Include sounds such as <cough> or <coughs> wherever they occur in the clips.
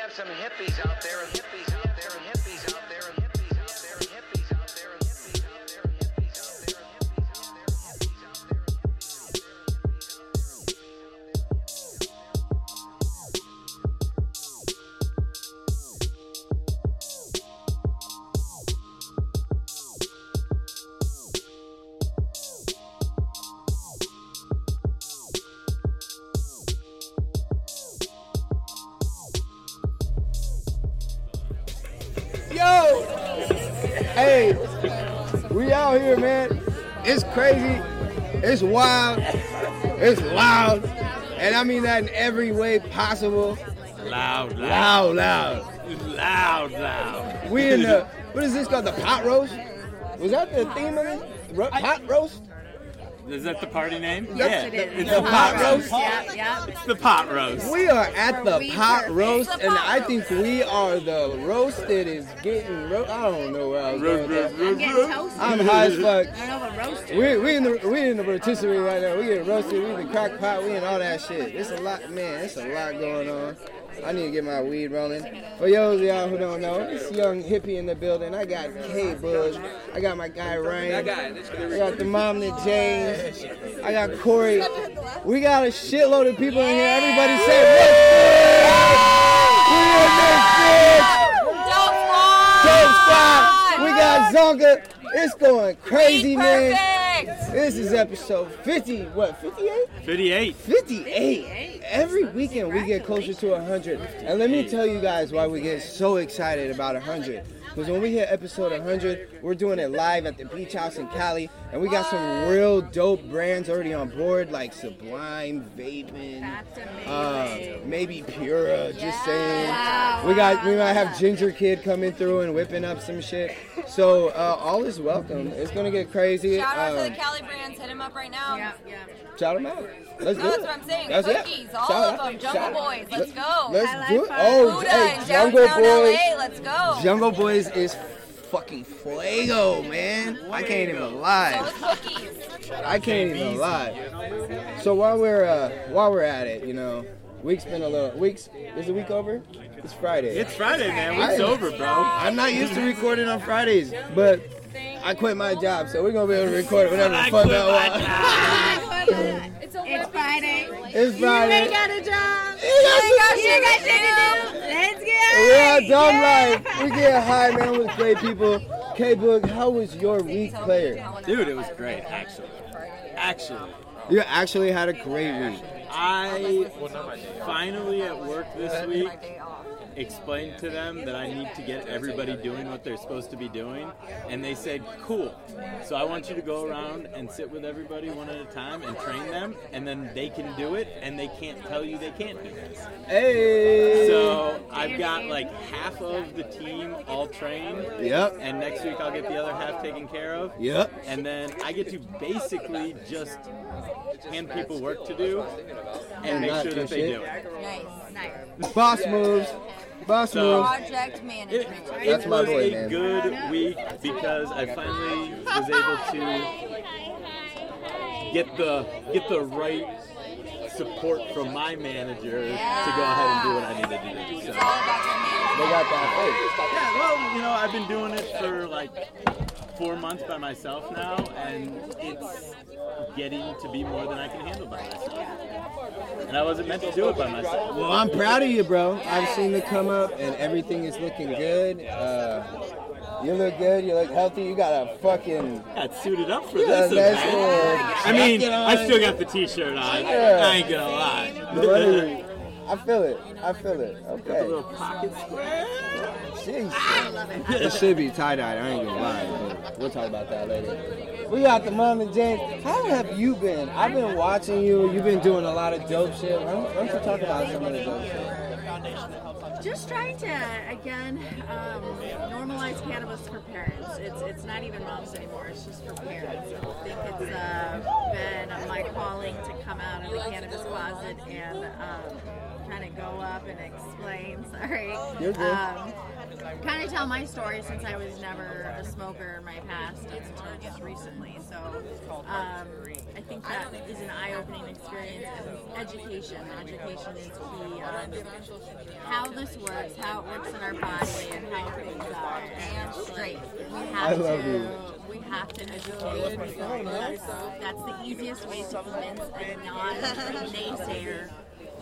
have some hippies out there, and hippies out there, and hippies out there, and hippies out there, and hippies out there, and hippies out there, and hippies out there, and hippies out there, and hippies out there, and hippies out there, and hippies out there. Yo! Hey, we out here, man. It's crazy. It's wild. It's loud. And I mean that in every way possible. Loud, loud, Loud, loud, loud. loud. We in the, what is this called? The pot roast? Was that the theme of it? Ro- pot roast? Is that the party name? Yes, yeah, it it's the pot roast. Yeah, yeah. It's the pot roast. We are at the We pot were- roast, It's and the pot I think we are the roast that is getting. Ro- I don't know where I was Ro- going. with ro- that. ro- I'm getting ro. toasted. I'm high as fuck. I don't know if I'm roasted. We we in the we in the rotisserie right now. We getting roasted. We in the crock pot. We in all that shit. It's a lot, man. It's a lot going on. I need to get my weed rolling. For those of y'all who don't know, this young hippie in the building. I got K Buzz. I got my guy Ryan. I got the mom that James. I got Corey. We got a shitload of people in here. Everybody say what's good? We in this bitch. Dope Squad. We got Zonka. It's going crazy, man. This is episode 50, what, 58? 58. 58. Every weekend we get closer to 100. And let me tell you guys why we get so excited about 100. Because when we hit episode 100, we're doing it live at the beach house in Cali. And we got some real dope brands already on board, like Sublime, Vaping, uh, maybe Pura, just saying. We got we might have Ginger Kid coming through and whipping up some shit. So uh, all is welcome. It's gonna get crazy. Shout out to Um, the Cali brands. Hit them up right now. Yeah, yeah. Shout them out. Let's do No, that's it. what I'm saying. That's it. Cookies, all Shout of out. them. Jungle Shout out. Boys, let's go. Let's Highlight do it. Five. Oh, Buddha hey, in Jungle downtown Boys. LA. Let's go. Jungle Boys is fucking fuego, man. I can't even lie. all the cookies. I can't even lie. So while we're uh, while we're at it, you know, week's been a little weeks. Is the week over? It's Friday. It's Friday, man. It's I- over, bro. I'm not used to recording on Fridays, but I quit my job, so we're gonna be able to record whatever the I fuck quit I want. my job. It's Oh Friday. It's Friday. a job. You got Let's get We are dumb life. We get high, man, with great people. K Boog, how was your week, player? Dude, it was great, actually. Actually. You actually had a great week. I finally at work this week explained to them that I need to get everybody doing what they're supposed to be doing, and they said, "Cool." So I want you to go around and sit with everybody one at a time and train them, and then they can do it, and they can't tell you they can't do this. Hey. So I've got like half of the team all trained. Yep. And next week I'll get the other half taken care of. Yep. And then I get to basically just hand people work to do and make Not sure do that they shit. do it. Nice. Boss moves. Boss So- moves. Project It, management. it That's my was boy, a man. good week because I finally was able to get the get the right support from my manager to go ahead and do what I needed to do. It's So. all about your They management. got that face. Yeah, well, you know, I've been doing it for like four months by myself now, and it's getting to be more than I can handle by myself. And I wasn't meant to do it by myself. Well, I'm proud of you, bro. I've seen the come up, and everything is looking good. Uh, you look good. You look healthy. You got a <laughs> fucking I got suited up for you got this a nice event. little I mean, jacket I on. still got the T-shirt on. Yeah. I ain't gonna lie. Really, I feel it. I feel it. A Okay. little pocket square. Jeez. It should be tie dyed. I ain't gonna lie. but We'll talk about that later. We got the mom and James. How have you been? I've been watching you. You've been doing a lot of dope shit. Why don't, why don't you talk about some of the dope shit? Just trying to again um, normalize cannabis for parents. It's it's not even moms anymore. It's just for parents. I think it's uh, been my calling to come out of the cannabis closet and um, kind of go up and explain. <laughs> Sorry. You're good. Um, kind of tell my story since I was never a smoker in my past until just recently. So um, I think that is an eye-opening experience. Education, education is key. Um, how this works, how it works in our body, and how things are. And like, we have I love to. you. We have to educate. ourselves. That's, that's the easiest way to convince a non-naysayer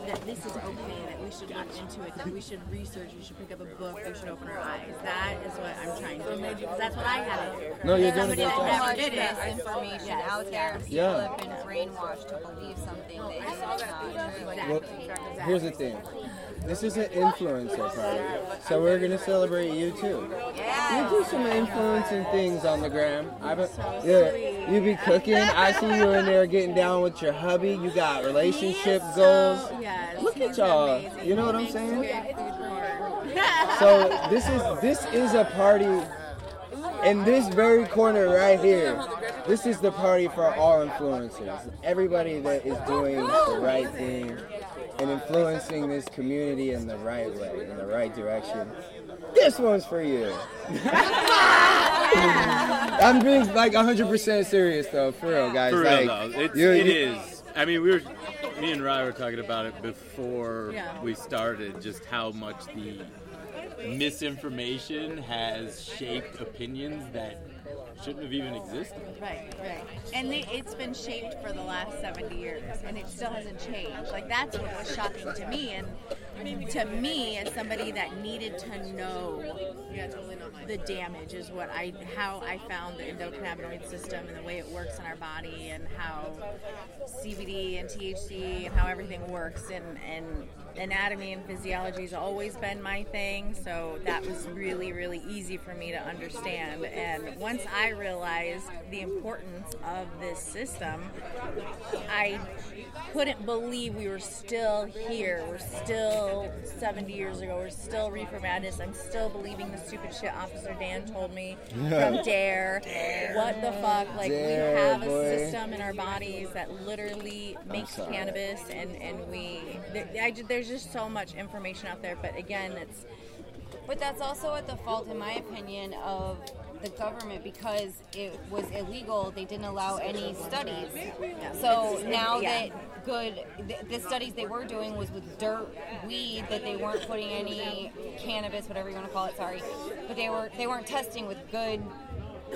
that this is okay, that we should look into it, that we should research, we should pick up a book, we should open our eyes. That is what I'm trying to do. 'cause That's what I had to do. No, you're doing a Somebody great that job. never much did that it. information Yes, out there. People Yeah. have been brainwashed to believe something they Exactly. Well, exactly. here's the thing. This is an influencer party, so we're gonna celebrate you too. You do some influencing things on the gram. I be, yeah, you be cooking. I see you in there getting down with your hubby. You got relationship He's so- goals. Oh, yes, Look at he's y'all. amazing. You know what He I'm makes saying? good food So this is this is a party in this very corner right here. This is the party for all influencers. Everybody that is doing the right thing and influencing this community in the right way, in the right direction. This one's for <laughs> you. I'm being like 100% serious though, for real, guys. For like, real though, it's, you- it you- is. I mean, we were, me and Rye were talking about it before Yeah. we started, just how much the misinformation has shaped opinions that shouldn't have even existed. <laughs> Right, right. And they, it's been shaped for the last 70 years, and it still hasn't changed. Like, that's what was shocking to me. And to me, as somebody that needed to know the damage, is what I, how I found the endocannabinoid system and the way it works in our body, and how CBD and THC and how everything works, and, and anatomy and physiology has always been my thing. So that was really, really easy for me to understand. And once I realized the importance of this system, I couldn't believe we were still here. We're still 70 years ago. We're still Reefer Madness. I'm still believing the stupid shit Officer Dan told me from Dare. What the fuck? Like, Dare, we have a boy. system in our bodies that literally makes sorry. cannabis, and, and we. There, I, ju- there's just so much information out there, but again, it's. But that's also at the fault, in my opinion, of the government because it was illegal. They didn't allow any studies. So now Yeah. that good, th- the studies they were doing was with dirt weed that they weren't putting any cannabis, whatever you want to call it. Sorry, but they were they weren't testing with good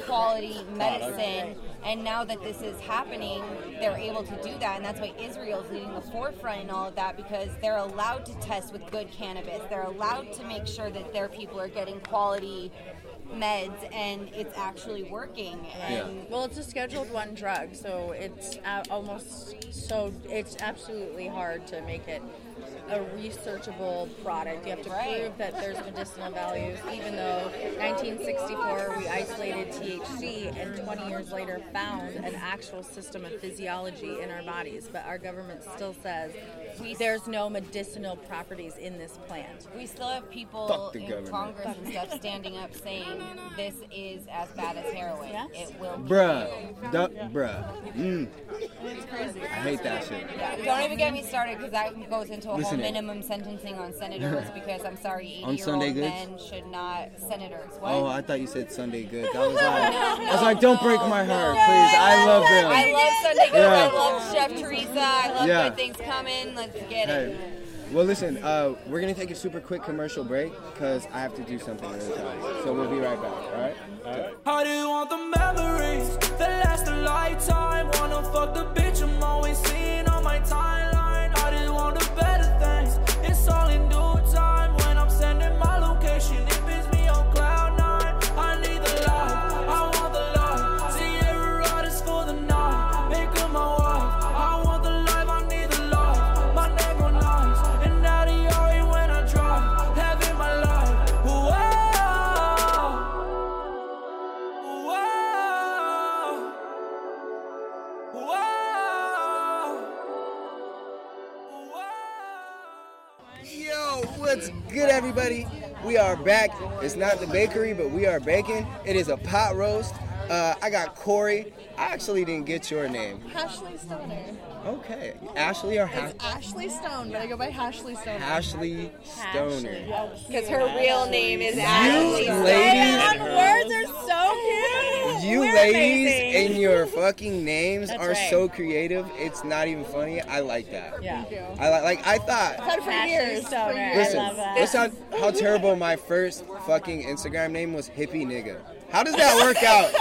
quality medicine. And now that this is happening, they're able to do that, and that's why Israel's leading the forefront in all of that because they're allowed to test with good cannabis. They're allowed to make sure that their people are getting quality meds and it's actually working. And Well, it's a scheduled one drug, so it's uh, almost so it's absolutely hard to make it a researchable product. You have to Right. prove that there's medicinal values, even though 1964 we isolated THC and 20 years later found an actual system of physiology in our bodies, but our government still says there's no medicinal properties in this plant. We still have people Fuck the in government. Congress and stuff standing up saying this is as bad as heroin. Yeah. It will. Bruh, duck, bruh. Mm, It's crazy. I hate that shit. Yeah, Don't even get me started because that goes into a Listen whole to it. minimum sentencing on senators <laughs> because I'm sorry, 80 On year Sunday old goods? men should not senators. What? Oh, I thought you said Sunday good. <laughs> I was like, I was no, like, don't no, break my no. heart, please. I love them. I love Sunday goods. Yeah. I love Chef Teresa. I love Yeah. good things coming. Let's get Hey, it. well, listen, uh, we're gonna take a super quick commercial break because I have to do something really fast. So we'll be right back. All right. I do want the memories that last a lifetime. Wanna fuck the bitch I'm always seeing on my timeline. I do want the better things. It's all in due time. When I'm sending my location, it pins me on cloud nine. I need the love, I want the love. Sierra Riders for the night. Make her my wife. I want the life, I need the love. My name on ice, and now the RE when I drive. Having my life. Whoa. Whoa. Whoa. Whoa. Yo, what's good, everybody? We are back. It's not the bakery, but we are baking. It is a pot roast. Uh, I got Corey. I actually didn't get your name. Ashley Stoner. Okay. Ashley or ha- It's Ashley Stone, but I go by Ashley Stoner. Ashley Stoner. Oh Because her real name is Ashley. You ladies, And words are so cute. you ladies, and your fucking names are right. so creative. It's not even funny. I like that. Yeah. I like. Like I thought. Had it for years. For years. Listen, that's how, how terrible my first fucking Instagram name was hippie nigga. How does that work out?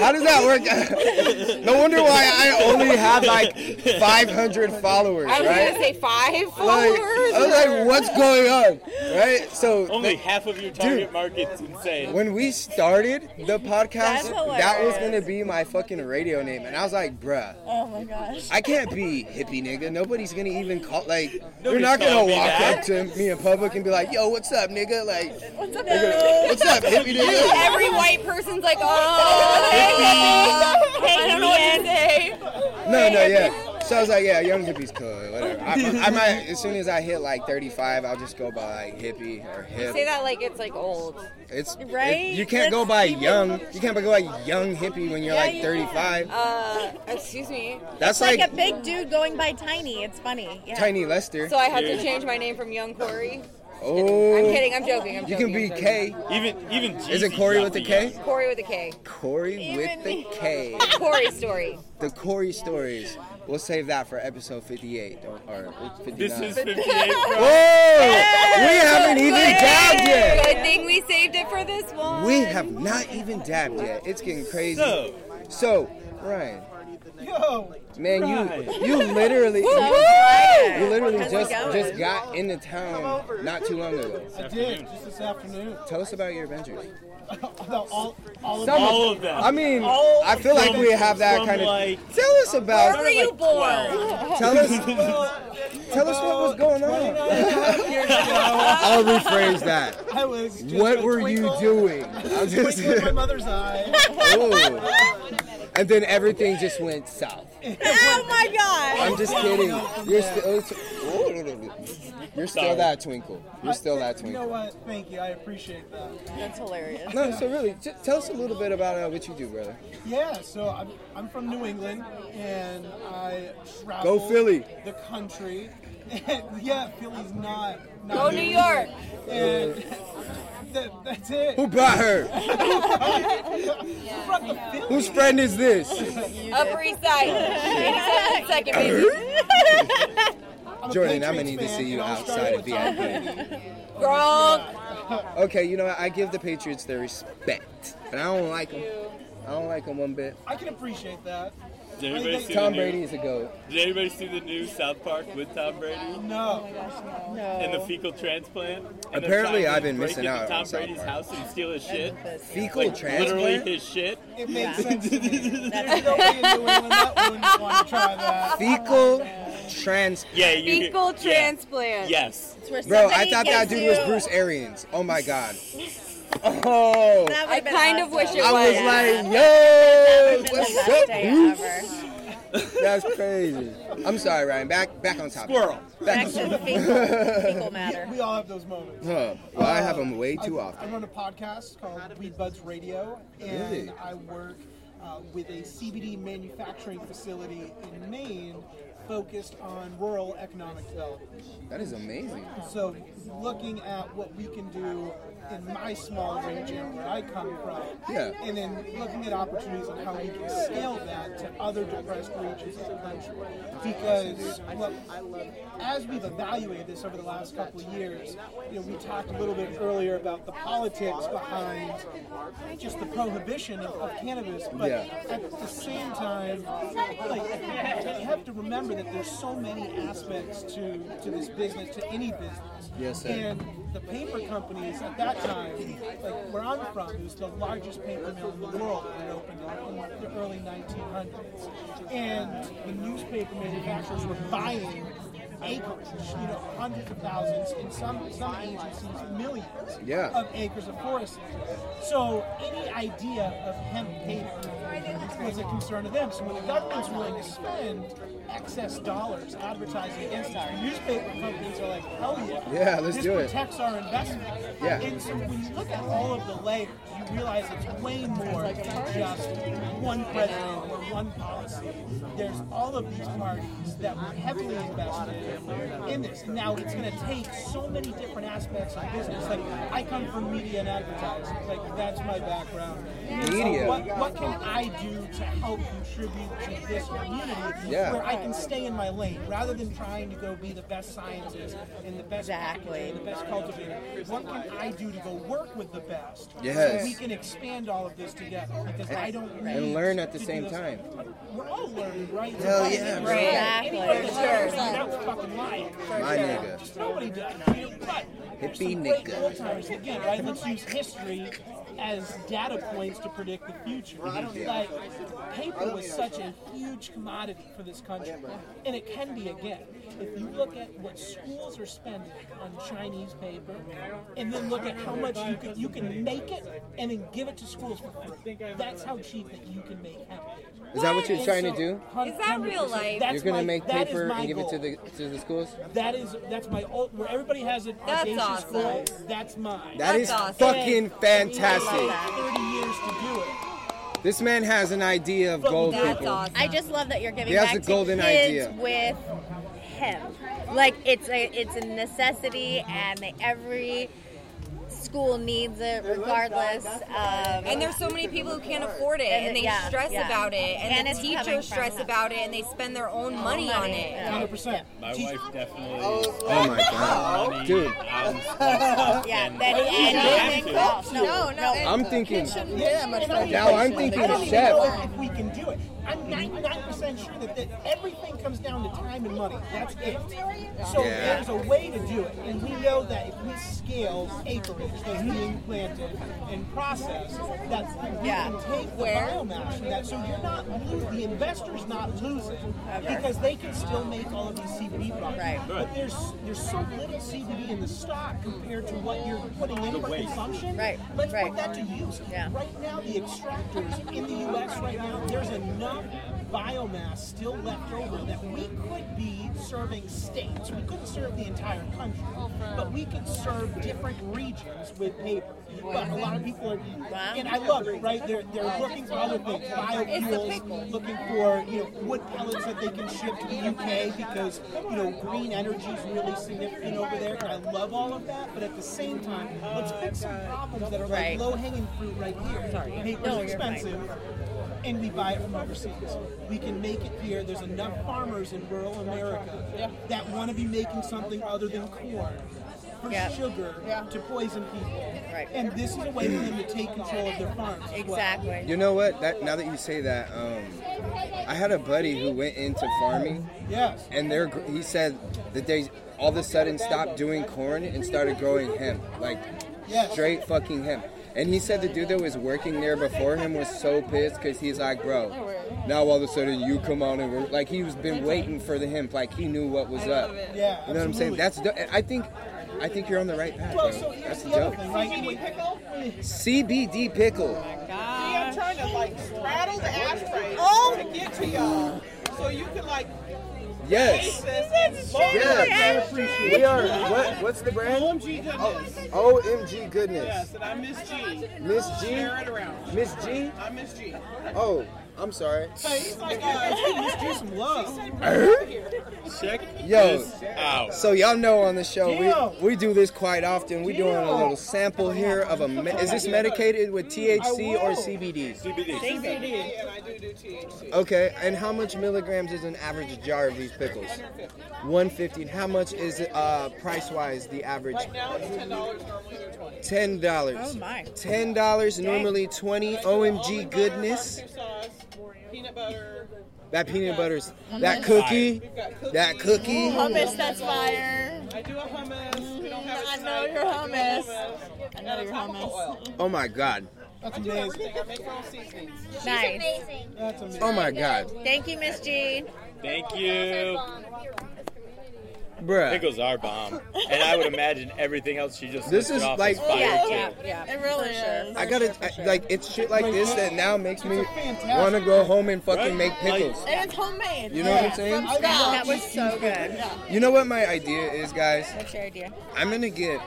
How does that work out? <laughs> no wonder why I only have like 500 followers, I was right? gonna say five Like, followers. I was like, what's going on? Right? So, Only half of your target market's insane. when we started the podcast, That's that was hilarious. going to be my fucking radio name. And I was like, bruh. Oh my gosh. I can't be hippie nigga. Nobody's gonna even call like you're Nobody's not gonna calling me walk that. up to me in public and be like, yo, what's up, nigga? Like What's up, what's up, <laughs> hippie <laughs> nigga? Every white person's like, oh, I don't know what to say. No, no, yeah. So I was like, yeah, young hippie's cool, whatever. I, I might as soon as I hit like 35, I'll just go by like hippie or hip. Say that like it's like old. It's it- Right? you can't go That's by even- young. You can't go by young hippie when you're Yeah, like you 35. Uh, excuse me. That's Like like, a big dude going by tiny. It's funny. Yeah. Tiny Lester. So I had to change my name from Young Corey. oh, I'm kidding. I'm joking. I'm you joking. can be I'm joking. K. Even even Isn't Jeezy's Corey not with a the K? young. Corey with a K. Corey with the Even- K. <laughs> Corey story. The Corey stories. We'll save that for episode 58 or, or 59. This is 58. Whoa! We haven't even dabbed yet. Good thing we saved it for this one. We have not even dabbed yet. It's getting crazy. So, So, Ryan, yo, man, Ryan. you you literally you literally How's it just going? just got into town not too long ago. I did just this afternoon. Tell us about <laughs> your adventures. No, all, all of Some- all of them. I mean, All I feel like we have that from, kind like- of. Tell us about. Were <laughs> you born? Tell <laughs> us. Tell us what was going on. years ago, <laughs> I'll rephrase that. I was. Just What a were twinkle- you doing? <laughs> I'm just- Twinkle in <laughs> my mother's eye. Ooh. And then everything just went south. Oh my god. <laughs> I'm just kidding. You're still ooh. you're still Sorry. that twinkle. You're still that You know twinkle. what? Thank you. I appreciate that. That's hilarious. No, so really, t- tell us a little bit about uh, what you do, brother. Yeah, so I'm, I'm from New England and I travel Go Philly. the country. yeah, Philly's not. not Go New York. And <laughs> that, that's it. Who brought her? brought the Philly? Whose friend is this? Upper East Side. 87nd, second baby. <laughs> I'm a Jordan, I'm gonna Patriots need to fan, see you and I'll start outside with of Tom VIP. Brady. Gronk. Okay, you know what? I give the Patriots their respect, but I don't like them. I don't like them one bit. I can appreciate that. Did anybody Tom see Tom the new, Brady is a goat. Did anybody see the new South Park with Tom Brady No. and the fecal transplant? And them Apparently, trying to I've been break missing into out Tom on South Brady's Park. house and steal his shit. Fecal Like literally transplant. his shit. It makes sense to me. There's no way in New England that wouldn't want to try <laughs> that. Fecal transplant. Yeah, you Fecal yeah. transplant. Yes. Bro, I thought that dude was Bruce Arians. Oh my god. Oh, I kind of wish it I was. was like, yo, what's up, Bruce? ever. That's crazy. I'm sorry, Ryan. Back, back on topic. Squirrel. Back Back on to topic. the fecal, fecal matter. We all have those moments. Huh. Well, I have them way too I, often. I run a podcast called Weed Buds Radio, and Really? I work uh, with a CBD manufacturing facility in Maine focused on rural economic development. That is amazing. So, looking at what we can do in my small region where I come from, Yeah. and then looking at opportunities on how we can scale that to other depressed regions of the country. Because look, as we've evaluated this over the last couple of years, you know, we talked a little bit earlier about the politics behind just the prohibition of, of cannabis, but Yeah. at the same time, like, you have to remember that there's so many aspects to, to this business, to any business. Yes, sir. And the paper companies at that time, like where I'm from, it was the largest paper mill in the world that opened up in the early 1900s. And the newspaper manufacturers were buying acres, you know, hundreds of thousands, in some some agencies, millions Yeah. of acres of forest. So any idea of hemp paper was a concern to them. So when the government's willing to spend excess dollars advertising against it, newspaper companies are like, hell yeah, Yeah, let's this do it. protects our investment. Yeah. And so when you look at all of the layers, you realize it's way more than just one president or one policy. There's all of these parties that were heavily invested in this. Now it's going to take so many different aspects of business. Like I come from media and advertising. Like that's my background. Media. So what, what can I do to help contribute to this community Yeah. where I can stay in my lane rather than trying to go be the best scientist and the best Exactly. the best cultivator. What can I do to go work with the best? Yes. So we can expand all of this together because I don't need and learn at the to do same this- time. We're all learning, right? Hell Right. yeah, Right. bro. Exactly. Anybody that For says sure. that was fucking lying. My nigga. Just nobody does. But there's some Hippie great nigga. old timers again, right? Let's use history as data points to predict the future. Like paper was such a huge commodity for this country, and it can be again. If you look at what schools are spending on Chinese paper, and then look at how much you can you can make it and then give it to schools for free. That's how cheap that you can make hemp. Is that what you're trying to do? Is that real life? That's You're gonna my- make that is paper my and give it goal. to the to the schools? That is that's my old where everybody has an That's audacious awesome. goal. That's mine. That is awesome. fucking fantastic. Thirty years to do it. This man has an idea of gold That's people. awesome. I just love that you're giving He has back a golden to kids idea. with hemp. Like it's a it's a necessity, and they, every school needs it regardless. Of, And there's so many people who can't afford it, and, And it- they yeah, stress yeah. about it, and, And the it's coming teachers from stress them. about it, and they spend their own money, on it. Hundred percent. My wife definitely is Oh my god. money Dude, on yeah, and- that anything else. No, no, I'm thinking Yeah, much Now I'm thinking I don't even chef. know if we can do it. I'm 99% sure that, that everything comes down to time and money. That's it. So Yeah. there's a way to do it. And we know that if we scale acreage that's being planted and processed, that we Yeah. can take the Where? biomass from that. So you're not losing, the investor's not losing because they can still make all of these CBD products. Right. But there's, there's so little CBD in the stock compared to what you're putting in for waste. consumption. Right, Let's right. put that to use. Yeah. Right now, the extractors in the U.S. right now, there's enough biomass still left over that we could be serving states. We couldn't serve the entire country, but we could serve different regions with paper. But a lot of people are, and I love it, right? They're, they're looking for other things, biofuels, looking for you know wood pellets that they can ship to the UK because you know green energy is really significant over there. And I love all of that, but at the same time, let's fix some problems that are Right. like low hanging fruit right here. Sorry, paper's No, you're expensive. And we buy it from overseas. We can make it here. There's enough farmers in rural America that want to be making something other than corn for Yeah. sugar to poison people. Right. And this is a way for them to take control of their farms. as well. Exactly. you know what? That now that you say that, um I had a buddy who went into farming Yes. and they're gr- he said that they all of a sudden stopped doing corn and started growing hemp, like Yes. straight fucking hemp. And he said the dude that was working there before him was so pissed because he's like, bro, now all of a sudden you come on and work. Like he was been waiting for the hemp, like he knew what was up. Yeah. You know what I'm absolutely. saying? That's do- I think I think you're on the right path. Well, bro. so here's That's the the other joke. thing, right? Pickle? CBD pickle. See, I'm trying to like straddle the ashtray oh. to get to y'all, so you can like Yes. access. Yes. We are. What? What's the brand? Oh, OMG goodness. OMG goodness. Yes, and I miss G. Miss G. Share it around. Miss G. I miss G. Oh, I'm sorry. Hey, he's like, uh, Let's do some love. check Yo. this out. So y'all know on the show Damn. we, we do this quite often. We're doing a little sample here of a. Me- is this medicated with THC or CBD? CBD. and I do do THC. Okay, and how much milligrams is an average jar of these pickles? 150. And how much is uh, price wise the average? Right now it's ten dollars. Normally they're twenty. Ten dollars. Oh, my. Ten dollars. Normally twenty. Almond OMG butter, goodness. barbecue sauce, peanut butter. That peanut butter's. That cookie. We've got cookies. That cookie. Hummus, that's fire. I do a hummus. We Mm, don't have it I tonight. know your I do a hummus. hummus. And a topical oil. Oh my god. That's I do amazing. everything. I make my own seasonings. Nice. That's amazing. Oh my god. Thank you, Miss G. Thank you. Bruh. Pickles are bomb, and I would imagine everything else she just This listed is off like- fire yeah, too. yeah, yeah. It really is. I gotta I- like it's shit like this that now makes me fantastic- want to go home and fucking Right? make pickles. Like- And it's homemade. You know what I'm saying? I That love was so good. You know what my idea is, guys? What's your idea? I'm gonna get.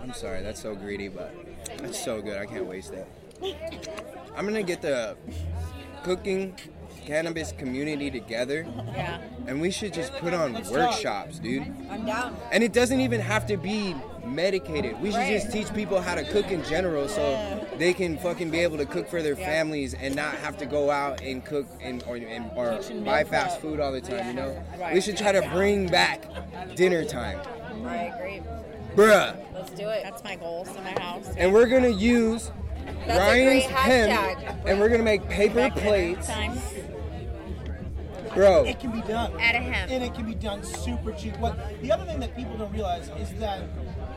I'm sorry, that's so greedy, but that's so good. I can't waste that. I'm gonna get the cooking cannabis community together, Yeah. and we should just put on workshops, dude. I'm down. And it doesn't even have to be medicated. We should Right. just teach people how to cook in general so they can fucking be able to cook for their families and not have to go out and cook and or, and, or buy fast food all the time, you know? Right. We should try to bring back dinner time. I agree. Bruh. Let's do it. That's my goals in my house. And we're gonna use That's a Ryan's great pen hashtag. and we're gonna make paper Back dinner plates. Time. Bro, It can be done. Add a hemp. And it can be done super cheap. What the other thing that people don't realize is that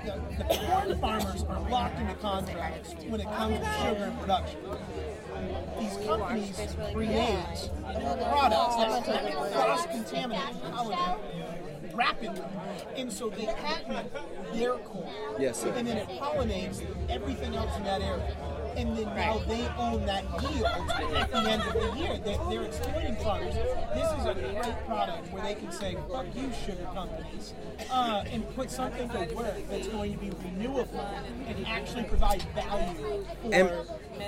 the, the corn farmers are locked into contracts when it comes to sugar and production. These companies create products that cross contaminate pollinate rapidly. And so they patent their corn. Yes, sir. And then it pollinates everything else in that area. And then now they own that yield at the end of the year. They're, they're exploiting farmers. This is a great product where they can say, fuck you, sugar companies, uh, and put something to work that's going to be renewable and actually provide value for, And-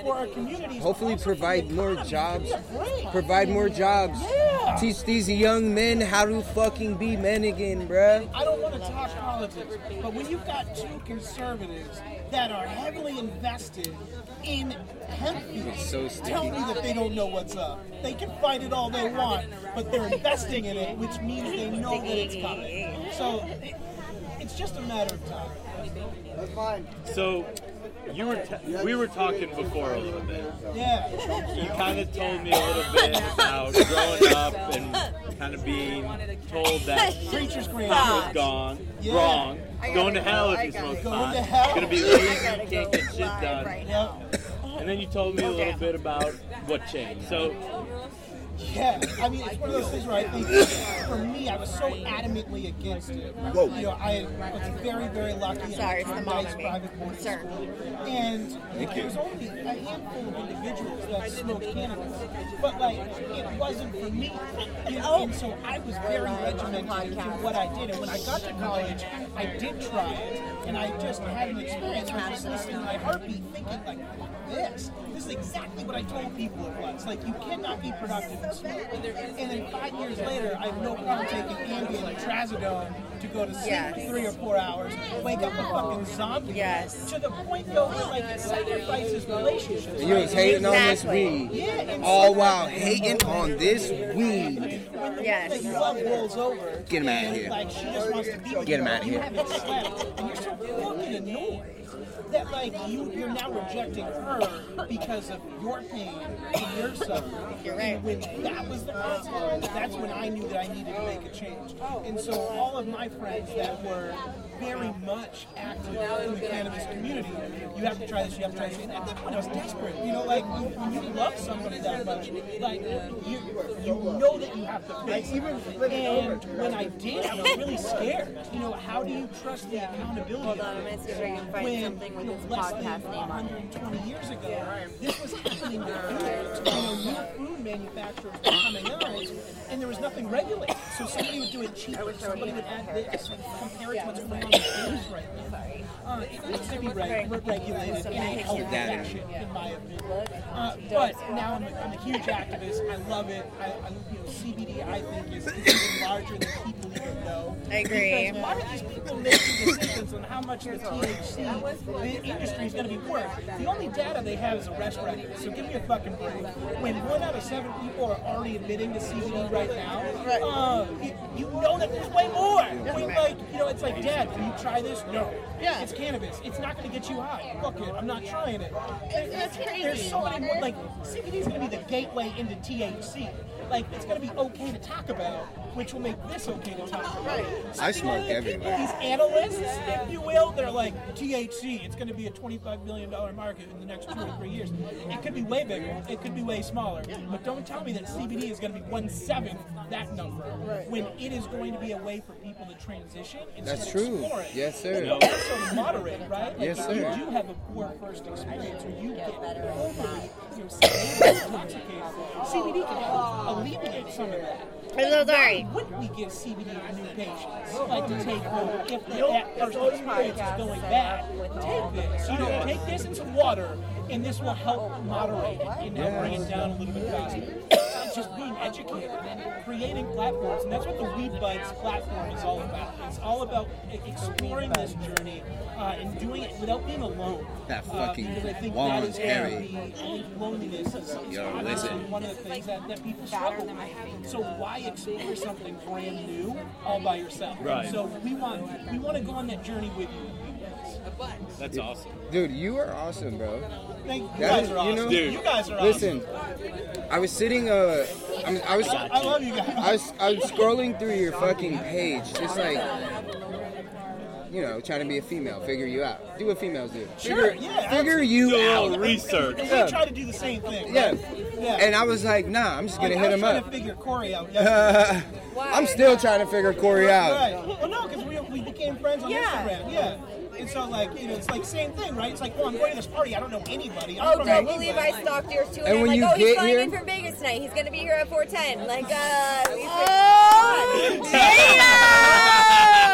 for our communities. hopefully provide more jobs. Great. Provide more jobs. Yeah. Teach these young men how to fucking be men again, bruh. I don't want to talk politics, but when you've got two conservatives that are heavily invested in hemp fields, tell so sticky. me that they don't know what's up. They can fight it all they want, but they're investing in it, which means they know that it's coming. So it, it's just a matter of time. So, you were t- we were talking before a little bit. Yeah. You kind of told me a little bit about growing up and kind of being told that Preacher's green. pot was gone, Yeah. wrong, I gotta going to go, hell I if you gotta smoke go. pot, Going to hell. gonna be I lazy, gotta can't go get shit live done. right now. Yep. And then you told me a little bit about what changed. So, Yeah, I mean, it's one of those things where I think, for me, I was so adamantly against it. Whoa. You know, I was very, very lucky. in Sorry, it's the a mom nice in me. private boarding Sir. school. And there's only a handful of individuals that smoked cannabis. But, like, it wasn't for me. And, Oh. and so I was very regimented in what I did. And when I got to college, I did try it. And I just had an experience. I was just listening to my heartbeat, thinking, like, fuck this. This is exactly what I told people it was. Like, you cannot be productive in smoke. And then five years later, I have no problem taking Ambien and Trazodone to go to sleep Yes. for three or four hours, wake up a fucking zombie. Yes. To the point, though, where, like, it sacrifices relationships. And you was hating on this Exactly. weed. Yeah, and so- All while hating on this weed. Like, Yes. love rolls over. Get him out of and, here. Like, she just wants to be with Get him you. out of You here. haven't slept, and you're so fucking annoyed that, like, you, you're now rejecting her because of your pain and your suffering. You're right. And when that was the consequence, that's when I knew that I needed to make a change. And so all of my friends that were very much active in the cannabis community, you have to try this, you have to try this. And at that point, I was desperate. You know, like, when you love somebody that much, like, you, you know that you have to face it. And when I did, I was really scared. You know, how do you trust the accountability? Hold on, I'm gonna see if I can find when, something with you know, this less podcast than name on it. 120 years ago, this was happening to food. You know, new food manufacturers were coming out, and there was nothing regulated. So somebody would do it cheaper, somebody would add this, and compare it to what's going on in the news right now. Uh, it needs to be reg- regulated and it helps that shit, in my opinion. Uh, but now I'm a, I'm a huge activist. I love it. I, I, you know, CBD, I think, is even larger than E, people even know. I agree. Because why are these people making decisions on how much the THC the industry is going to be worth? The only data they have is arrest records. So give me a fucking break. When one out of seven people are already admitting to CBD right now, um, uh, you, you know that there's way more. When, like, you know, it's like, Dad, can you try this? No. Yeah. It's cannabis. It's not going to get you high. Fuck it. I'm not trying it. It's That's- crazy. There's so many more. Like CBD is going to be the gateway into THC. Like it's going to be okay to talk about, which will make this okay to talk about. I smoke These everywhere. analysts, if you will, they're like THC. It's going to be a twenty-five million dollar market in the next two or three years. It could be way bigger. It could be way smaller. But don't tell me that CBD is going to be one seventh that number when it is going to be a way for people to transition. and That's sort of true. explore it. Yes, sir. And also moderate, right? Like, Yes, sir. You do have a poor first experience where you get overly you're intoxicated. CBD can help alleviate some of that. I'm so sorry. Wouldn't we give CBD to new patients? Like to take well, if that first experience is going bad, take this. You know, take this into water, and this will help moderate it and help bring it down a little bit faster. It's just being educated, creating platforms, and that's what the Weed Buds platform is all about. It's all about e- exploring this journey uh, and doing it without being alone. That Uh, fucking because I think wand that is is hairy. where the Loneliness is, is You're a obviously lizard. one of the things that, that people struggle with. So why explore something brand new all by yourself? Right. So we want we want to go on that journey with you. That's awesome. Dude, you are awesome, bro. Thank you. You That guys is- are awesome. know- You guys are Listen, awesome. I was sitting. Uh, I, mean, I was. I love you guys. I was, I was scrolling through your fucking page, just like, you know, trying to be a female, figure you out, do what females do. Sure, Figure, yeah, figure you absolutely. out. And Yeah. we try to do the same thing. Yeah. right? Yeah. And I was like, nah, I'm just gonna Like, hit I was him trying up. to figure Corey <laughs> out. I'm still trying to figure Corey out. Right. Well, no, because we, we became friends on Instagram. Yeah. And so, like, you know, it's like same thing, right? It's like, well, I'm going to this party. I don't know anybody. I Oh, don't, don't know believe anybody. I stalked yours too. And, And I'm when like, you oh, he's get flying here- in from Vegas tonight. He's gonna be here at 4:10. Like, uh, he's <laughs>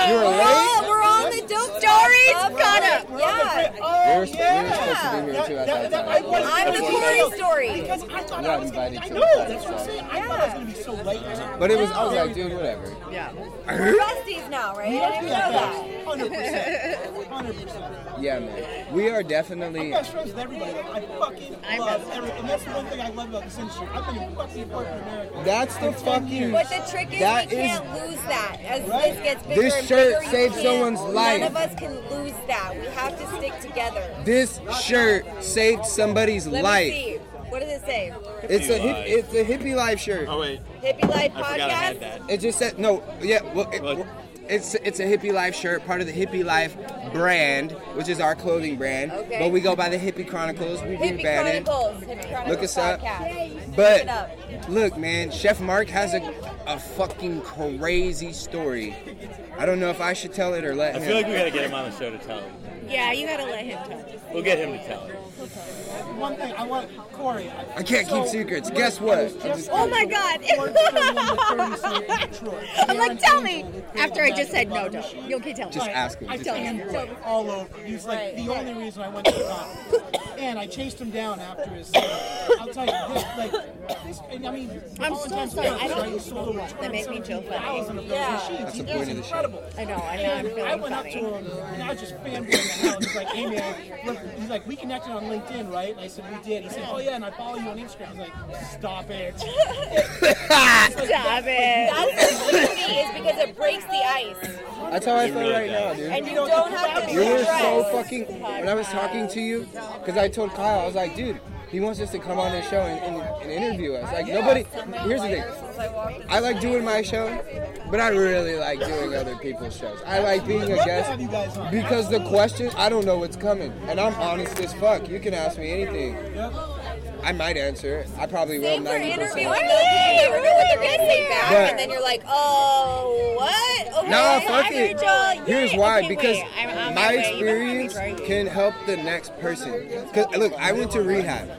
You were Oh, late. oh, we're on the dope stories product. Yeah, We were, we were supposed to be here too at that, time. <laughs> I'm the Corey story. Because I thought We're I not was going invited to. I to know. it. That's what I'm saying. I thought I was going to be so late. But it was. I was like, dude, whatever. Yeah, we're besties now, right? I didn't know that. Hundred percent. Hundred percent. Yeah, man. We are I'm definitely. best friends with everybody. I fucking love every, and that's the one thing I love about this industry. I've been fucking corporate America. That's the for 10 fucking. years. But the trick is That we is- can't lose that as Right. this gets bigger This and shirt bigger, you saved can't- someone's life. None of us can lose that. We have to stick together. This shirt saved somebody's Let life. me see. What does it say? It's a hip, it's a hippie life shirt. Oh wait, Hippie Life I forgot I had Podcast. that. It just said no. Yeah, well, it, Look. it's it's a hippie life shirt, part of the hippie life brand, which is our clothing brand. Okay. But we go by the Hippie Chronicles. We Hippie rebrand it. Chronicles. Hippie Chronicles eh? Look us up. podcast. Look But it up. look, man, Chef Mark has a a fucking crazy story. I don't know if I should tell it or let I him. feel like we gotta get him on the show to tell him. Yeah, you gotta let him talk. We'll get him to tell him. One thing I want Corey. I, I can't keep secrets. Guess what? I'm just- Oh my God. <laughs> I'm like, tell me. After I just said no, don't. You'll keep telling Just me. ask him. I Just tell ask him. him. fanboyed all over. He's like the only reason I went to the <coughs> conference. And I chased him down after his. uh, I'll tell you this, like this. And I mean, I'm all in so times sorry. past, I don't right, he sold over That makes me feel funny. 2,000 of those Yeah. machines. That's He the does point of the show. incredible. I know, I know, I'm And I feeling went up to funny. him and I was just fanboying the hell. He's like, hey man, look, he's like, we connected on LinkedIn, right? And I said, we did. He said, oh yeah, and I follow you on Instagram. I was like, stop it. <laughs> Stop it. That's what's creepy is because it breaks the ice. That's how I feel really right now, does. dude. And you don't have to be You were so stressed. fucking. When I was talking to you, because I told Kyle, I was like, dude, he wants us to come on his show and, and, and interview us. Like, nobody. Here's the thing. I like doing my show, but I really like doing other people's shows. I like being a Love to have you guest guys on. because the question, I don't know what's coming. And I'm honest as fuck. You can ask me anything. I might answer it. I probably will Same for 90%. interviewing those people. You never know what they're gonna say back, But- and then you're like, oh, what? Okay, Nah, fuck I'm it. Rachel. Yay. Here's why, Okay, wait, because I'm on my way. You better not be experience right. can help the next person. 'Cause, look, I went to rehab.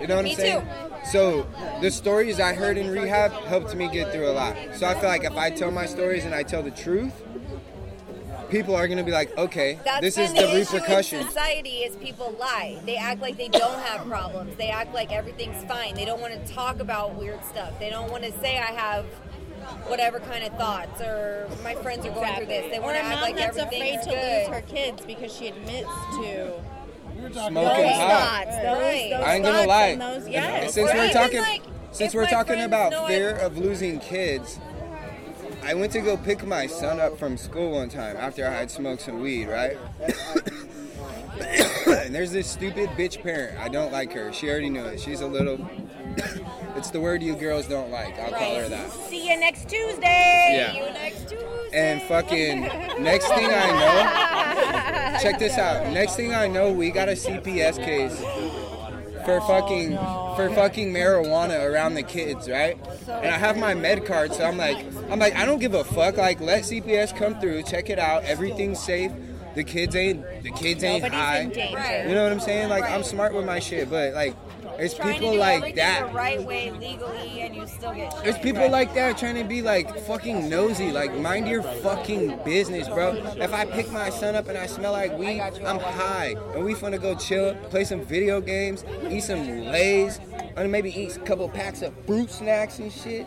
You know what Me I'm saying? So the stories I heard in rehab helped me get through a lot. So I feel like if I tell my stories and I tell the truth, people are gonna be like, okay, That's this been is the, issue in repercussions. Society is people lie. They act like they don't have problems. They act like everything's fine. They don't want to talk about weird stuff. They don't want to say I have whatever kind of thoughts or my friends are going through this. They want to act like everything's good. kids because she admits to Smoking pot. Right. I ain't gonna lie. those- And- yes. and since Or we're even, talking, like, since if we're my talking friends know about I- fear of losing kids, I went to go pick my son up from school one time after I had smoked some weed, right? <coughs> there's this stupid bitch parent. I don't like her. She already knew it. She's a little. <coughs> it's the word you girls don't like. I'll call her that. See you next Tuesday. Yeah. You next Tuesday. And fucking next thing I know, check this out. Next thing I know, we got a CPS case for fucking for fucking marijuana around the kids, right? And I have my med card, so I'm like, I'm like, I don't give a fuck. Like, let CPS come through, check it out. Everything's safe. The kids ain't the kids ain't Nobody's high. in danger. You know what I'm saying? Like, I'm smart with my shit, but like, there's Trying people to do like everything that. the right way legally, and you still get. shit. There's people like that trying to be like fucking nosy, like mind your fucking business, bro. If I pick my son up and I smell like weed, I'm high, and we finna go chill, play some video games, eat some lays, and maybe eat a couple packs of fruit snacks and shit.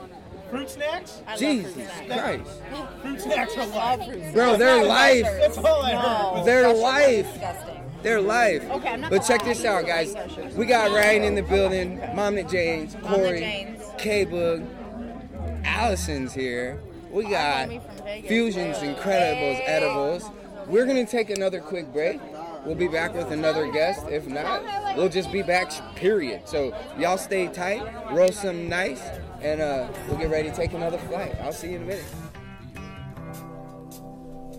Fruit snacks? Jesus Christ, Fruit snacks are life. bro, their life, That's all I heard. was their disgusting. life. Their life. Okay, I'm not but gonna check lie, this I out, guys. We got Ryan in the building, Mom and James, Corey, James. K Boog, Allison's here. We got Mommy from Vegas. Fusions, Incredibles, Edibles. We're gonna take another quick break. We'll be back with another guest. If not, we'll just be back. Period. So y'all stay tight, roll some nice, and uh, we'll get ready to take another flight. I'll see you in a minute.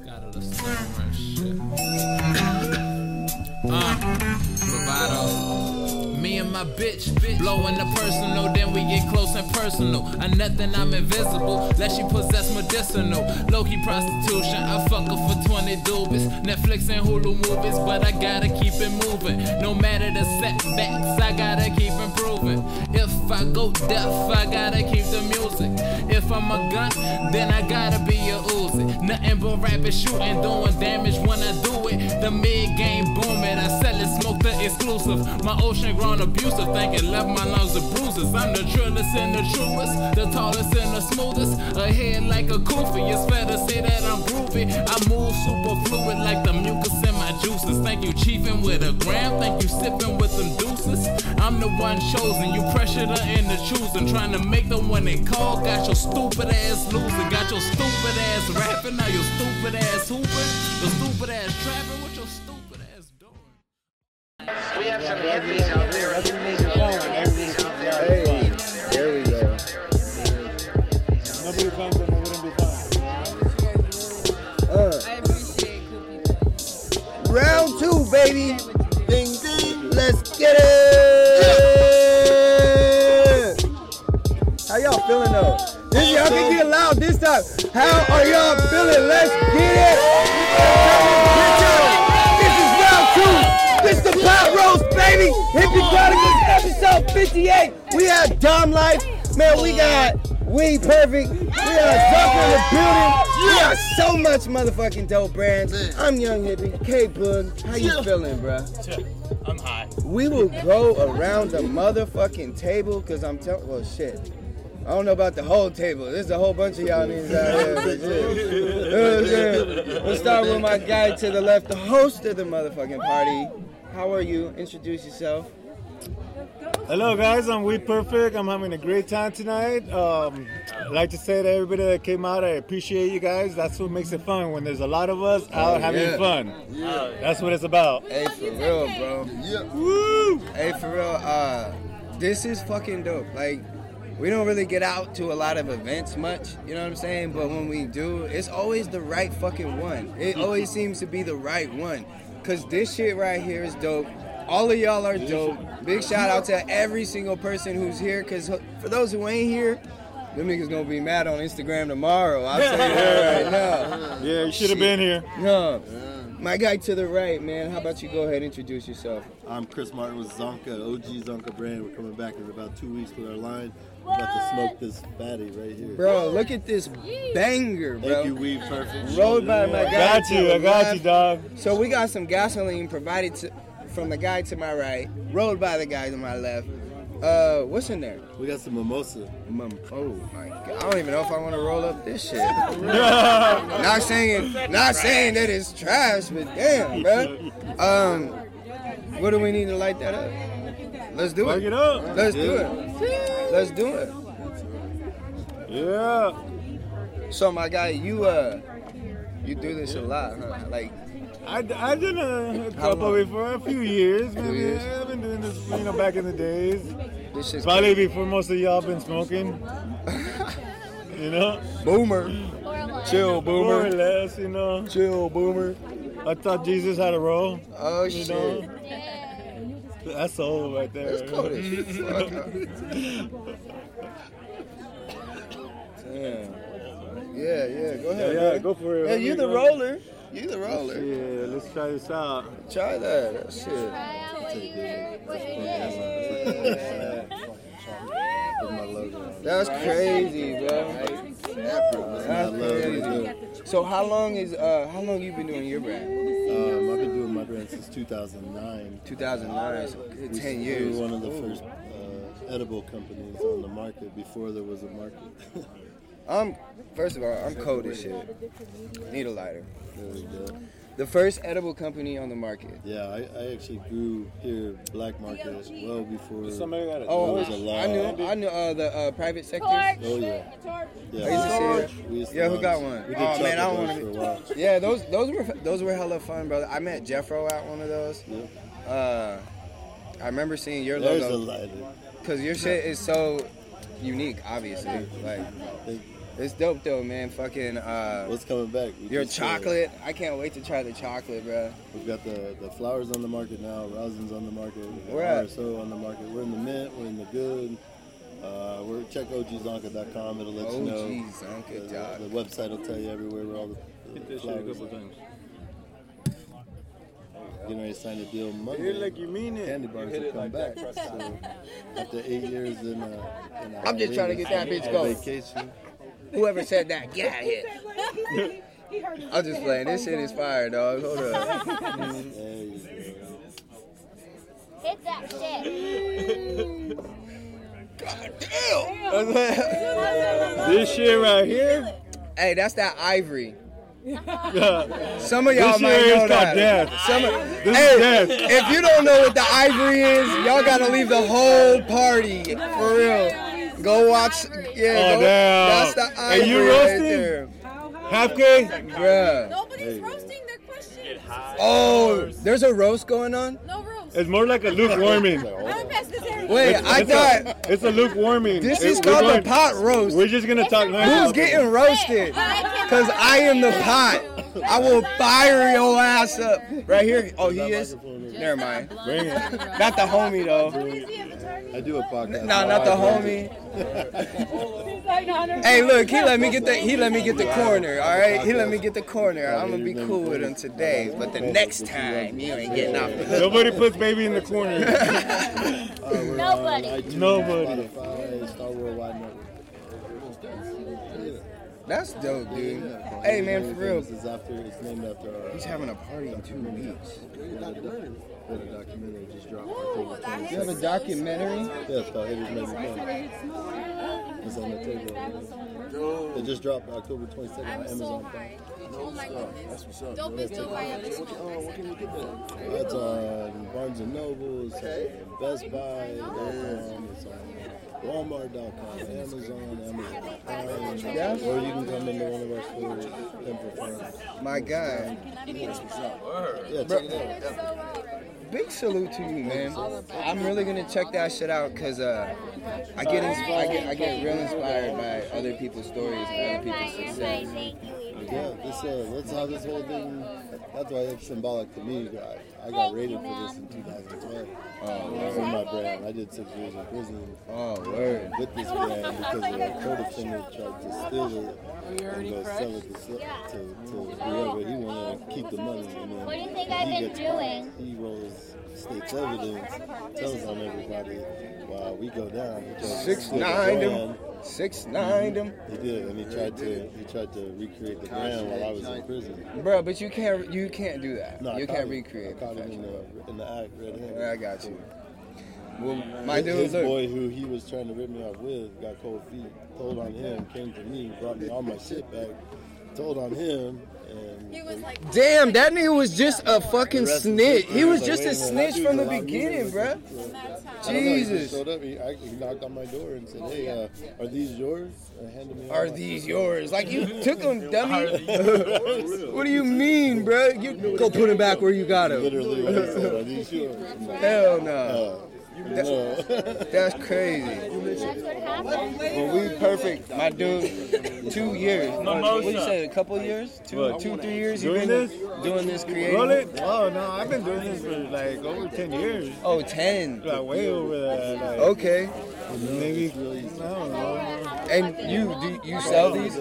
Gotta love some fresh shit. <laughs> uh, bravado. Me and my bitch, blowing the personal, then we get close and personal. I nothing, I'm invisible, unless you possess medicinal. Low key prostitution, I fuck her for 20 doobies. Netflix and Hulu movies, but I gotta keep it moving. No matter the setbacks, I gotta keep improving. If I go deaf, I gotta keep the music. If I'm a gun, then I gotta be a Uzi. Nothing but rapping, shooting, doing damage when I do it. The mid game booming, I sell it, smoke the exclusive. My ocean grown abusive, thinking left my lungs with bruises. I'm the trillest and the truest, the tallest and the smoothest. A head like a goofy, it's fair to say that I'm groovy. I move super fluid like the mucus in my juices. Thank you, chiefin' with a gram. Thank you, sippin' with them deuces. I'm the one chosen, you pressured her into choosing. Trying to make the one they call. Got your stupid ass losing, got your stupid ass rapping. Now your stupid ass hooping, your stupid ass trapping with your stupid. We have some hippies out there. Hippies out there. Hippies out there. There we go. Nobody comes and nobody be fine. Uh. Round two, baby. Ding ding. Let's get it. How y'all feeling though? This y'all can get loud this time. How are y'all feeling? Let's get it. This is round two. This the pot roast, baby. Hippie Chronicles episode 58. We have Dom Life. Man, we got We Perfect. We got Zuck in the building. We got so much motherfucking dope brands. I'm Young Hippie. K Boog. How you feeling, bruh? I'm high. We will go around the motherfucking table because I'm telling. Well, shit. I don't know about the whole table. There's a whole bunch of y'all niggas out here. but shit. You know what I'm saying? Let's start with my guy to the left, the host of the motherfucking party. How are you? Introduce yourself. Hello guys, I'm We Perfect. I'm having a great time tonight. Um, I'd like to say to everybody that came out, I appreciate you guys. That's what makes it fun when there's a lot of us out having yeah. fun. Oh, That's what it's about. Hey, for real, bro. Yeah. Woo! Hey, for real. Uh, this is fucking dope. Like, we don't really get out to a lot of events much. You know what I'm saying? But when we do, it's always the right fucking one. It always seems to be the right one. Cause this shit right here is dope. All of y'all are dope. Big shout out to every single person who's here. Cause for those who ain't here. Them niggas gonna be mad on Instagram tomorrow. I'll tell you that <laughs> right now. Yeah, you should Shit. have been here. No. My guy to the right, man. How about you go ahead and introduce yourself? I'm Chris Martin with Zonka, OG Zonka brand. We're coming back in about two weeks with our line. We're about to smoke this fatty right here. Bro, look at this banger, bro. Thank you, Weed Perfect. Rolled by my guy. Got to you, the I got left. you, dog. So we got some gasoline provided to, from the guy to my right, rolled by the guy to my left. Uh, what's in there? We got some mimosa. Mim- oh my god! I don't even know if I want to roll up this <laughs> shit. not saying, not saying that it's trash, but damn, bro. Um, what do we need to light that up? Let's do Fuck it. it up. Let's Yeah. do it. Let's do it. Yeah. So my guy, you uh, you do this a lot, huh? Like, I, I did a, a How couple long? before, a few years, Few maybe. years. I've been doing this, you know, back in the days. This is Probably before most of y'all <laughs> been smoking. you know? Boomer. Chill, boomer. More or less, you know? Chill, boomer. I thought Jesus had a role. Oh, you Know? That's old right there. That's cold as fuck, Damn. Yeah, yeah. Go ahead. Yeah, yeah, man. go for it, Yeah, homie, you the go. roller. You the roller. Yeah, let's try this out. Try that. That shit. That's crazy, bro. That's uh, crazy. So how long is uh how long you been doing your brand? Um, I've been doing my brand since 2009. 2009, so good 10 we years. were one of the Ooh. first uh, edible companies on the market before there was a market. <laughs> I'm first of all, I'm cold as shit. Need a lighter. The first edible company on the market. yeah, I, I actually grew here black market well before Somebody there Oh, was a law. I knew, I knew uh, the uh, private sector. Oh yeah, yeah. I used to see it. we used to- we used to Yeah, who launch- got one? We did oh man, I chocolate want for a while. to. Yeah, those those were those were hella fun, brother. I met Jeffro at one of those. Uh, I remember seeing your There's logo. a lighter. Cause your shit is so unique, obviously. Like, it's dope though, man. Fucking. Uh, What's coming back? We your just, uh, chocolate. I can't wait to try the chocolate, bro. We've got the, the flowers on the market now, rosin's on the market, we've got Where at? RSO on the market. We're in the mint, we're in the good. Uh, we're check ogzonka.com. It'll Oh, let you know. OGzonka The- The, website will tell you everywhere where all the, the Hit this shit a flowers. couple times. Getting ready to sign a deal Monday. Hit it like you mean it. Candy bars Hit will it come like back. that, So after eight years in a, in a I'm just trying to get that bitch hiatus, on going. Vacation. Whoever said that, get out of here. I'm just playing. This shit is fire, dog. Hold <laughs> up. Hit that shit. God damn. This shit right here. Hey, that's that <laughs> ivory. Some Some of y'all this might year know is that. called death. Some of, This hey, is death. if you don't know what the ivory is, y'all gotta leave the whole party for real. Go watch. Yeah, Oh, go, damn. that's the Are ivory you right roasting? there. Half K? Bruh. Nobody's roasting their questions. Oh, there's a roast going on. No roast. It's more like a <laughs> lukewarming. I'm past this area. Wait, It's- I it's a- it's a lukewarming. This is is called a pot roast. We're just gonna talk. Who's getting roasted? <laughs> Cause I am the pot. I will fire your ass up right here. Oh, he is. Never mind. Bring it. Not the homie though. I do a podcast. Nah, not the homie. Hey, look, he let me get the he let me get the corner. All right, he let me get the corner. I'm gonna be cool with him today, but the next time you ain't getting off the hook. Nobody puts baby in the corner. Nobody. Nobody. uh, Star Worldwide Network. That's dope, dude. Hey, man, for real. This is after it's named after. uh, Our, He's having a party in two weeks. We had a doc- we had a documentary just dropped. You have a documentary? Yeah, it's called Haters Never Come. It's on the table. It just dropped October 22nd on Amazon. Oh my goodness. Dope is dope. I have smoke. It's on Barnes and Noble, it's on Best Buy, it's on, it's um, on Walmart.com, Amazon, Amazon.com. Yeah. Or you can come into one of our stores and perform. My God. Yeah, check it out. Big salute to you, man. I'm really gonna check that shit out because uh, I get insp- I get I get real inspired by other people's stories and other people's success. Yeah, this, uh, that's how this whole thing. That's why it's symbolic to me. I, I got rated for this in 2012 Oh, for my brand. I did six years in prison. Oh, word. With this brand because the co-defendant tried to steal it and go sell it to, sl- to, to whoever he wanted to keep the money. And then What do you think he I've been gets caught. doing? He rolls state's evidence, tells on everybody. Wow, we go down. because Six steal the nine brand. them, six nine them, He did, and he tried to he tried to recreate the brand while I was in prison. bro. But you can't you can't do that. No, I you caught can't him. recreate. I caught him in the, in the act, red handed. I got you. Well, my dude, his look. boy who he was trying to rip me off with got cold feet. Told on him, came to me, brought me all my shit back. Told on him, and Damn, that nigga was just a fucking Rest in snitch. peace, He was man. just a Like, wait minute, snitch from the that dude's a beginning, lot- bruh. he was a snitch, bro. I don't know, he just Jesus. showed up. He, I, he knocked on my door and said, "Hey, uh, are these yours?" I handed him. Are these yours? Like you <laughs> took them, dummy. <laughs> what do you mean, bro? You go put them back where you got them. Literally, what he said, "Are these yours?" Hell no. That- That's crazy. But we perfect, my dude. Two years. What do you say? A couple years? Two, What? two, three years. Doing you've been doing this creating. Roll it? Oh no, I've been doing this for like over ten years. Oh, 10. Like way over that. Like, Okay. Maybe. No, And you do you sell these?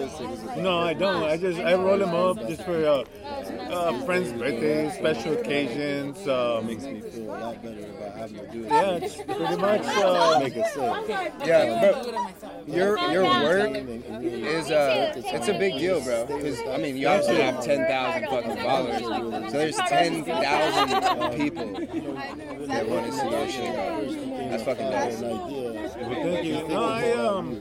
No, I don't. I just I roll them up just for uh, uh, friends' birthdays, special occasions. Um, Makes me feel a lot better about having to do it. Yeah, it's pretty much. Uh, Make it safe. Yeah, bro. Your your work is uh it's a big deal, bro. Because I mean, you obviously have ten thousand fucking followers, so there's ten thousand people that want to see your shit. That's fucking dope. Thank you. No, I um.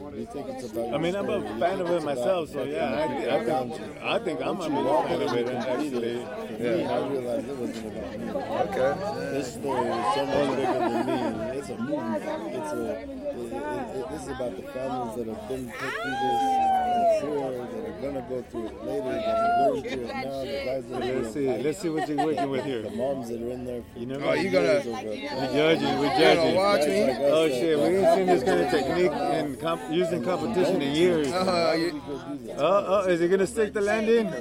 I mean, I'm a fan of it myself, so yeah, I, thi- I think I think I'm a big fan of it actually. Yeah. I realized it wasn't about me. Okay. This story is so much bigger than me. It's a movement. It's a. It, it, it, this is about the families that have been put through this, and poor, that are gonna go through it later, that are going through it now. The guys that are Let's see. Let's see what you're working with here. The moms that are in there. You know. Oh, you gotta- We judging. We You gotta judging. watch me. Oh shit! We ain't seen this kind of technique in comp- using competition in years. Uh, you- Uh oh, is it gonna stick the landing? Yeah,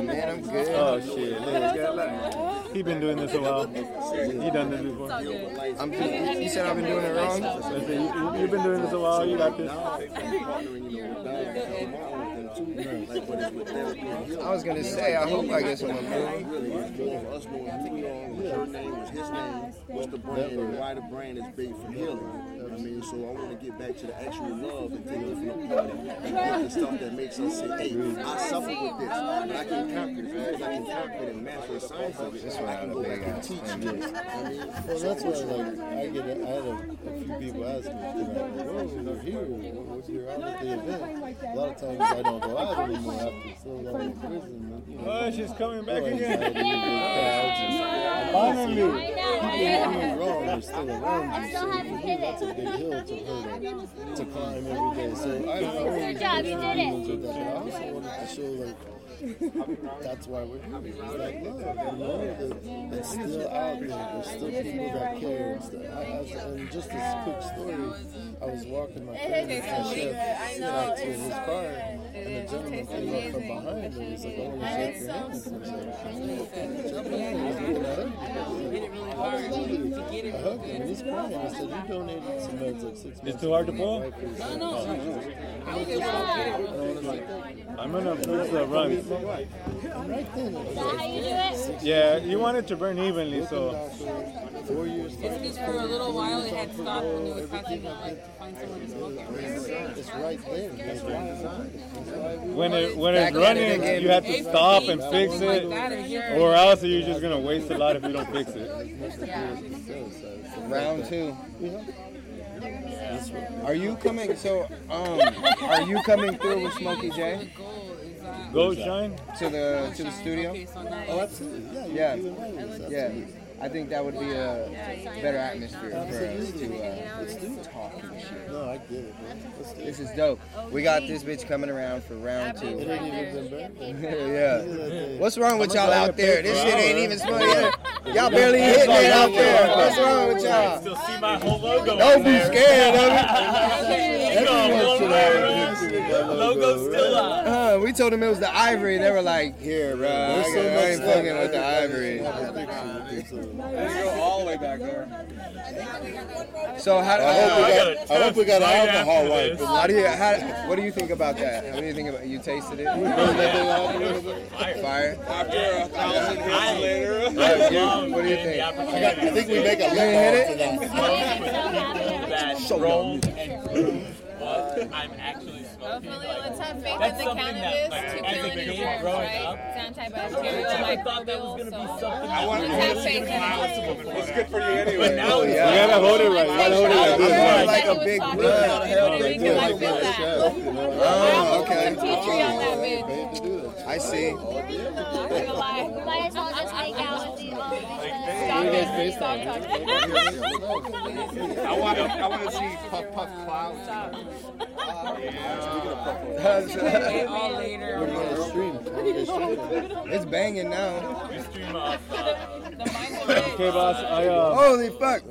man, I'm good. Oh shit, look, it's got like- he been doing this a while. He done this before. I'm doing, you said I've been doing it wrong. you, have been doing this a while. You got this. I was gonna say, I hope I get someone. Us knowing who we are, what your name, what his name, what's the brand, and why the brand is big for healing. I mean, so I want to get back to the actual love and take it from the part and get the stuff that makes us say, hey, I suffer with this, but I can conquer this because I can conquer it and master the science of it. I can go back and teach this. I mean, Well, that's why, like, I get, a, I had a, a few people ask me, you know, like, oh, you're here, what- what- you're out at the event. A lot of times I don't go out anymore after so long in prison. You know, Oh, she's coming back realize again. I had to leave the crowd and- Finally. People who are wrong are still around you, so you know that's a big hill to hurdle, to climb every day. So I, I wanted Good job, you did it. to do that, but I also wanted to show, like, that's why we're here. It's like love, you know. that- That's still out there. There's still people that care. and stuff. I, I was, and just this quick story, I was walking my friend with my chef, and I to his car, and the gentleman came up from behind and he's like, "I want to shake your hand." And I was like, "Okay." I hugged him, and he's crying. I said, "You donated some meds like six months." It's too hard to pull. I'm gonna first uh, run. Right then, it was like, Yeah, you want it to burn evenly, so four years later, Because for a little while it had stopped when it was probably not like to find someone to smoke it. it's right there. It's right there. when it when it's Back in the running, day. you have to stop and fix Something it, like that is yours. or else you're just gonna waste a lot if you don't fix it. Round two. Are you coming? So, um, are you coming through with Smokey J? Go shine to the to the studio. Oh, absolutely. Yeah, you- Yeah, you invited us. yeah. I think that would be a better atmosphere for us Absolutely. to. Uh, Let's do it. No, I get it. man. Let's do it. this is dope. We got this bitch coming around for round two. It ain't even been <laughs> yeah. What's wrong with y'all out there? This shit ain't <laughs> even smart yet. Y'all barely hitting it out there. What's wrong with y'all? Still see my whole logo. Don't on be there. scared of <laughs> Logo, it. Everyone should have it. Logo's still up. Uh, we told them it was the ivory. They were like, "Here, bro, I, There's so I ain't much love fucking with the ivory." all the way back there. So how? I hope we got- I hope we got an alcohol wipe. How do you? How, what do you think about that? What do you think about? You tasted it? Fire. After a thousand hits later. You- What do you think? I think we make a hit it. that So rolled and proved what I'm actually smoking. Let's have faith That's in the something cannabis that, to like, as kill a any kid germs, growing right? up, It's I antibacterial. never thought that was going to be something I wanted to have really faith in it. It's good for you anyway. But now it's You gotta hold it right. You gotta hold it right. This Yeah, way. like a big blood. Like, yeah, like, yeah, yeah, yeah. Oh, okay. Tea tree on that bitch. I see. Might as well just make out with the all of each other. I want to. I want to see puff puff clouds. What do you guys <laughs> stream? It's banging now. Okay, boss. I, uh, Holy fuck.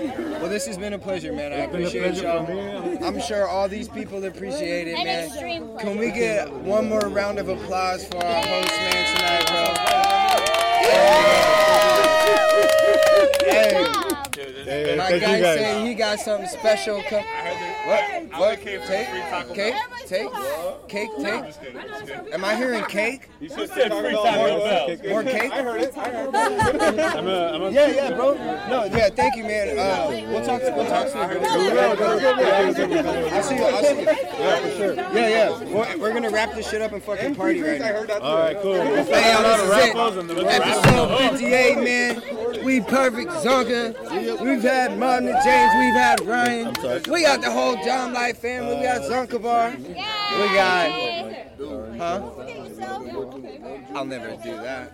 Well, this has been a pleasure, man. I It's been a appreciate pleasure y'all. for I'm sure all these people appreciate it, An man. extreme pleasure. Can we get one more round of applause for our host, man, tonight, bro? Hey, Hey, my thank guy you guys. said he got something special. Co- what? What? Cake? Cake? Take? Cake? Take? Am I hearing cake? You should say free More cake? I heard it. I heard <laughs> I'm a, I'm a, Yeah, yeah, bro. No, yeah, thank you, man. Uh, we'll talk. We'll talk soon. I see you. I see you. Yeah, for sure. Yeah, yeah. We're, we're gonna wrap this shit up and fucking party right now. All right, cool. Hey, yo, this is it. Episode Episode 58, man. We perfect Zonka. We've had Martin and James. We've had Ryan. We got the whole John Life family. We got Zonka Bar. We got. Huh? I'll never do that.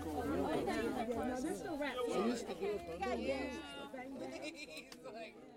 There's no rap.